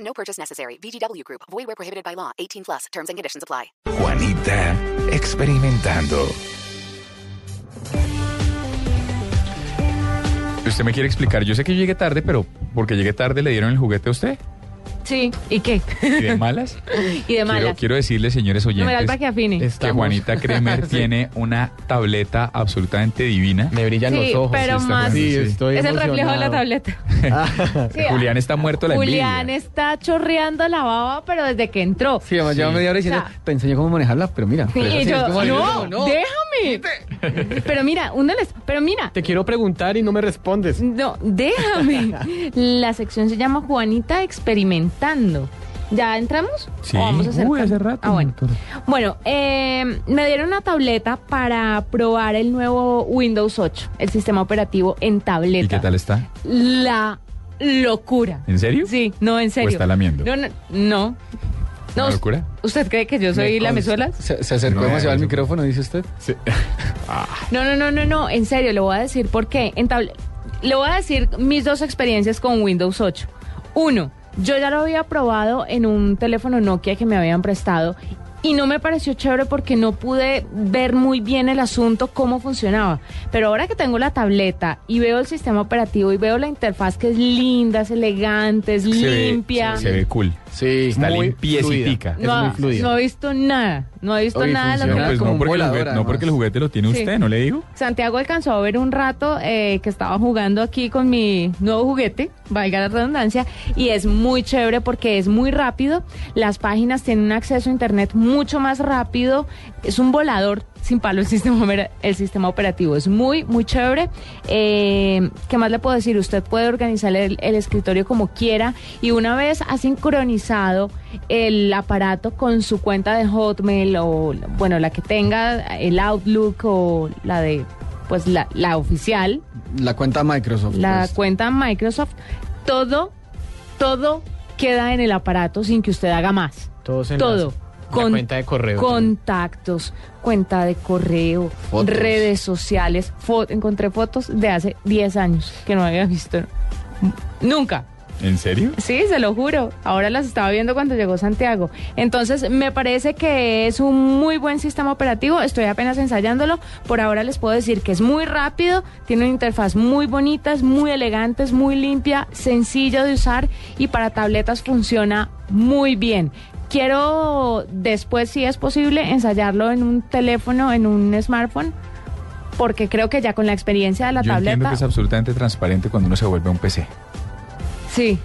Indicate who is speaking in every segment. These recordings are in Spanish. Speaker 1: No purchase necessary. VGW Group. Void where prohibited by law. 18 plus. Terms and conditions apply.
Speaker 2: Juanita experimentando.
Speaker 3: Usted me quiere explicar, yo sé que yo llegué tarde, pero porque llegué tarde le dieron el juguete a usted.
Speaker 4: Sí, ¿y qué?
Speaker 3: ¿Y de malas?
Speaker 4: y de
Speaker 3: Quiero,
Speaker 4: malas.
Speaker 3: quiero decirle, señores oyentes,
Speaker 4: Numeral para que afine.
Speaker 3: que Juanita Kremer tiene una tableta absolutamente divina.
Speaker 5: Me brillan
Speaker 4: Sí,
Speaker 5: los ojos.
Speaker 4: pero
Speaker 3: está
Speaker 4: más.
Speaker 3: bueno, sí.
Speaker 5: estoy
Speaker 4: es el reflejo de la
Speaker 5: emocionado. ah.
Speaker 4: tableta. Sí, ah.
Speaker 3: Julián está muerto de la
Speaker 4: Julián
Speaker 3: envidia.
Speaker 4: está chorreando la baba, pero desde que entró.
Speaker 5: Sí, además lleva media hora diciendo,
Speaker 4: O sea,
Speaker 5: te enseño cómo manejarla, pero mira.
Speaker 4: Sí,
Speaker 5: pero
Speaker 4: y
Speaker 5: sí,
Speaker 4: yo,
Speaker 5: es como-
Speaker 4: no, déjame. Pero mira, uno les, pero mira,
Speaker 5: Te quiero preguntar y no me respondes.
Speaker 4: no, déjame. La sección se llama Juanita experimentando. ¿Ya entramos?
Speaker 3: Sí.
Speaker 4: ¿O vamos a hacer
Speaker 3: Uy, hace
Speaker 4: cam-
Speaker 3: rato,
Speaker 4: Ah, bueno.
Speaker 3: doctora.
Speaker 4: Bueno, eh, me dieron una tableta para probar el nuevo Windows 8, el sistema operativo en tableta.
Speaker 3: ¿Y qué tal está?
Speaker 4: la locura.
Speaker 3: ¿En serio?
Speaker 4: Sí, no, en serio.
Speaker 3: está lamiendo?
Speaker 4: No, no. no. No,
Speaker 3: ¿Una locura?
Speaker 4: ¿Usted cree que yo soy la mesuela?
Speaker 5: Se, se acercó
Speaker 3: No,
Speaker 5: demasiado al
Speaker 3: eso-
Speaker 5: micrófono, dice usted.
Speaker 4: No, no, no, no, no. En serio, le voy a decir por qué. En tabl- le voy a decir mis dos experiencias con Windows 8. Uno, yo ya lo había probado en un teléfono Nokia que me habían prestado y no me pareció chévere porque no pude ver muy bien el asunto, cómo funcionaba. Pero ahora que tengo la tableta y veo el sistema operativo y veo la interfaz que es linda, es elegante, es limpia.
Speaker 3: Se ve cool.
Speaker 5: Sí,
Speaker 3: Está
Speaker 5: muy
Speaker 3: limpiecitica.
Speaker 5: fluida.
Speaker 4: No,
Speaker 5: es muy
Speaker 4: ha-
Speaker 5: fluida.
Speaker 4: no he visto nada, no he visto
Speaker 5: Oye,
Speaker 4: nada
Speaker 3: No,
Speaker 4: de lo que
Speaker 5: funciona
Speaker 4: me
Speaker 3: pues
Speaker 5: como
Speaker 3: no
Speaker 5: un
Speaker 3: porque, el
Speaker 5: volador,
Speaker 3: juguete, no porque el
Speaker 5: además.
Speaker 3: juguete lo tiene
Speaker 4: Sí.
Speaker 3: usted, ¿no le digo?
Speaker 4: Santiago alcanzó a ver un rato eh, que estaba jugando aquí con mi nuevo juguete, valga la redundancia, y es muy chévere porque es muy rápido, las páginas tienen un acceso a internet mucho más rápido, es un volador sin palo el sistema, opera- el sistema operativo, es muy, muy chévere. Eh, ¿Qué más le puedo decir? Usted puede organizar el, el escritorio como quiera y una vez ha sincronizado el aparato con su cuenta de Hotmail o, bueno, la que tenga, el Outlook o la de, pues, la, la oficial,
Speaker 5: La cuenta Microsoft.
Speaker 4: la
Speaker 5: pues.
Speaker 4: cuenta Microsoft, todo, todo queda en el aparato sin que usted haga más.
Speaker 6: Todo se enlaza.
Speaker 4: Todo.
Speaker 6: La cuenta de correo.
Speaker 4: Contactos, cuenta de correo,
Speaker 5: Fotos.
Speaker 4: redes sociales. fo- encontré fotos de hace 10 años que no había visto. Nunca.
Speaker 3: ¿En serio?
Speaker 4: Sí, se lo juro. Ahora las estaba viendo cuando llegó Santiago. Entonces, me parece que es un muy buen sistema operativo. Estoy apenas ensayándolo. Por ahora les puedo decir que es muy rápido, tiene una interfaz muy bonita, es muy elegante, es muy limpia, sencillo de usar y para tabletas funciona muy bien. Quiero después, si es posible, ensayarlo en un teléfono, en un smartphone, porque creo que ya con la experiencia de la
Speaker 3: Yo entiendo
Speaker 4: tableta,
Speaker 3: que es absolutamente transparente cuando uno se vuelve un PC.
Speaker 4: sí,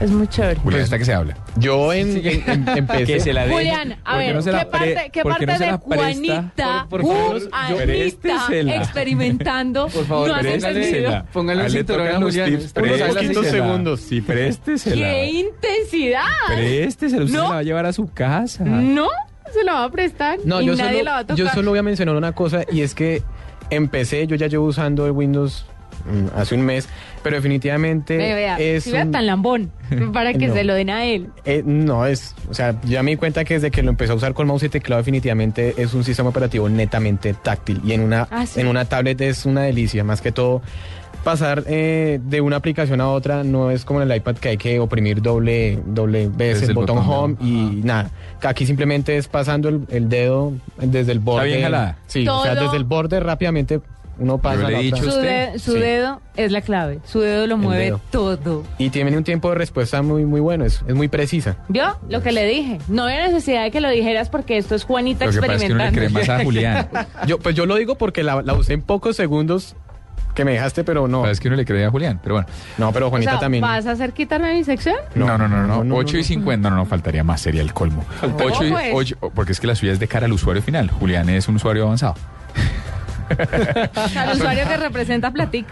Speaker 4: es muy chévere.
Speaker 3: Julián, ¿hasta que se habla?
Speaker 6: Yo en, en, en- en PC.
Speaker 3: Que se la deje.
Speaker 4: Julián,
Speaker 3: ¿Por
Speaker 4: a
Speaker 3: qué
Speaker 4: ver,
Speaker 3: no se la
Speaker 4: ¿qué
Speaker 3: pre-
Speaker 4: parte, qué
Speaker 3: por qué
Speaker 4: parte
Speaker 3: no se
Speaker 4: de
Speaker 3: la presta?
Speaker 4: Juanita,
Speaker 5: Por- por favor,
Speaker 4: uh,
Speaker 5: yo-
Speaker 3: este
Speaker 4: Anita,
Speaker 3: préstasela.
Speaker 4: experimentando,
Speaker 5: Por favor,
Speaker 4: no has
Speaker 5: préstasela.
Speaker 4: entendido?
Speaker 5: Póngale un
Speaker 3: Ahí le
Speaker 5: cinturón
Speaker 3: tocan
Speaker 5: a
Speaker 3: los
Speaker 5: Julián.
Speaker 3: tips,
Speaker 5: Unos
Speaker 3: préstasela.
Speaker 6: poquitos segundos.
Speaker 3: Sí, préstasela.
Speaker 4: ¡Qué intensidad!
Speaker 3: Préstasela, usted
Speaker 4: ¿No? Mm,
Speaker 3: se la va a llevar a su casa.
Speaker 4: No, se la va a prestar
Speaker 6: No,
Speaker 4: y
Speaker 6: yo
Speaker 4: nadie
Speaker 6: solo,
Speaker 4: la va a tocar.
Speaker 6: yo solo voy a mencionar una cosa y es que empecé, yo ya llevo usando el Windows mm, hace un mes, pero definitivamente
Speaker 4: Ve, vea,
Speaker 6: es
Speaker 4: si vea
Speaker 6: un-
Speaker 4: tan lambón, para que
Speaker 6: No.
Speaker 4: se lo den a él.
Speaker 6: eh, no es, o sea, ya me di cuenta que desde que lo empecé a usar con mouse y teclado definitivamente es un sistema operativo netamente táctil y en una
Speaker 4: Ah, sí.
Speaker 6: en una tablet es una delicia, más que todo pasar eh, de una aplicación a otra no es como en el iPad que hay que oprimir doble doble vez
Speaker 3: Desde
Speaker 6: el,
Speaker 3: el
Speaker 6: botón,
Speaker 3: botón,
Speaker 6: home
Speaker 3: ¿no?
Speaker 6: y nada. Aquí simplemente es pasando el, el dedo desde el borde.
Speaker 3: bien jalada.
Speaker 6: Sí, o sea,
Speaker 4: Todo-
Speaker 6: desde el borde rápidamente uno pasa
Speaker 3: le
Speaker 6: a
Speaker 3: he
Speaker 6: la
Speaker 3: dicho
Speaker 6: otra.
Speaker 4: Su,
Speaker 3: usted?
Speaker 4: de- su
Speaker 6: Sí.
Speaker 4: dedo es la clave, su dedo lo
Speaker 6: El
Speaker 4: mueve
Speaker 6: dedo.
Speaker 4: todo.
Speaker 6: y tiene un tiempo de respuesta muy muy bueno, es, es muy precisa.
Speaker 4: ¿Vio? Lo que le dije. No había necesidad de que lo dijeras porque esto es Juanita
Speaker 3: Lo que pasa es que uno le
Speaker 4: experimentando.
Speaker 3: cree más a Julián.
Speaker 6: Yo, pues yo lo digo porque la, la usé en pocos segundos que me dejaste, pero no.
Speaker 3: Pasa es que uno le cree a Julián, pero bueno.
Speaker 6: No,
Speaker 4: Pues,
Speaker 6: pero
Speaker 4: O
Speaker 6: Juanita
Speaker 4: sea,
Speaker 6: también.
Speaker 4: ¿Vas a hacer quitarme mi sección?
Speaker 3: No, no, no, no,
Speaker 6: no, no,
Speaker 3: 8 y 50, no, no, faltaría más, sería el colmo. 8 y
Speaker 4: pues.
Speaker 3: 8, porque es que la suya es de cara al usuario final. Julián es un usuario avanzado.
Speaker 4: Al usuario que representa platica.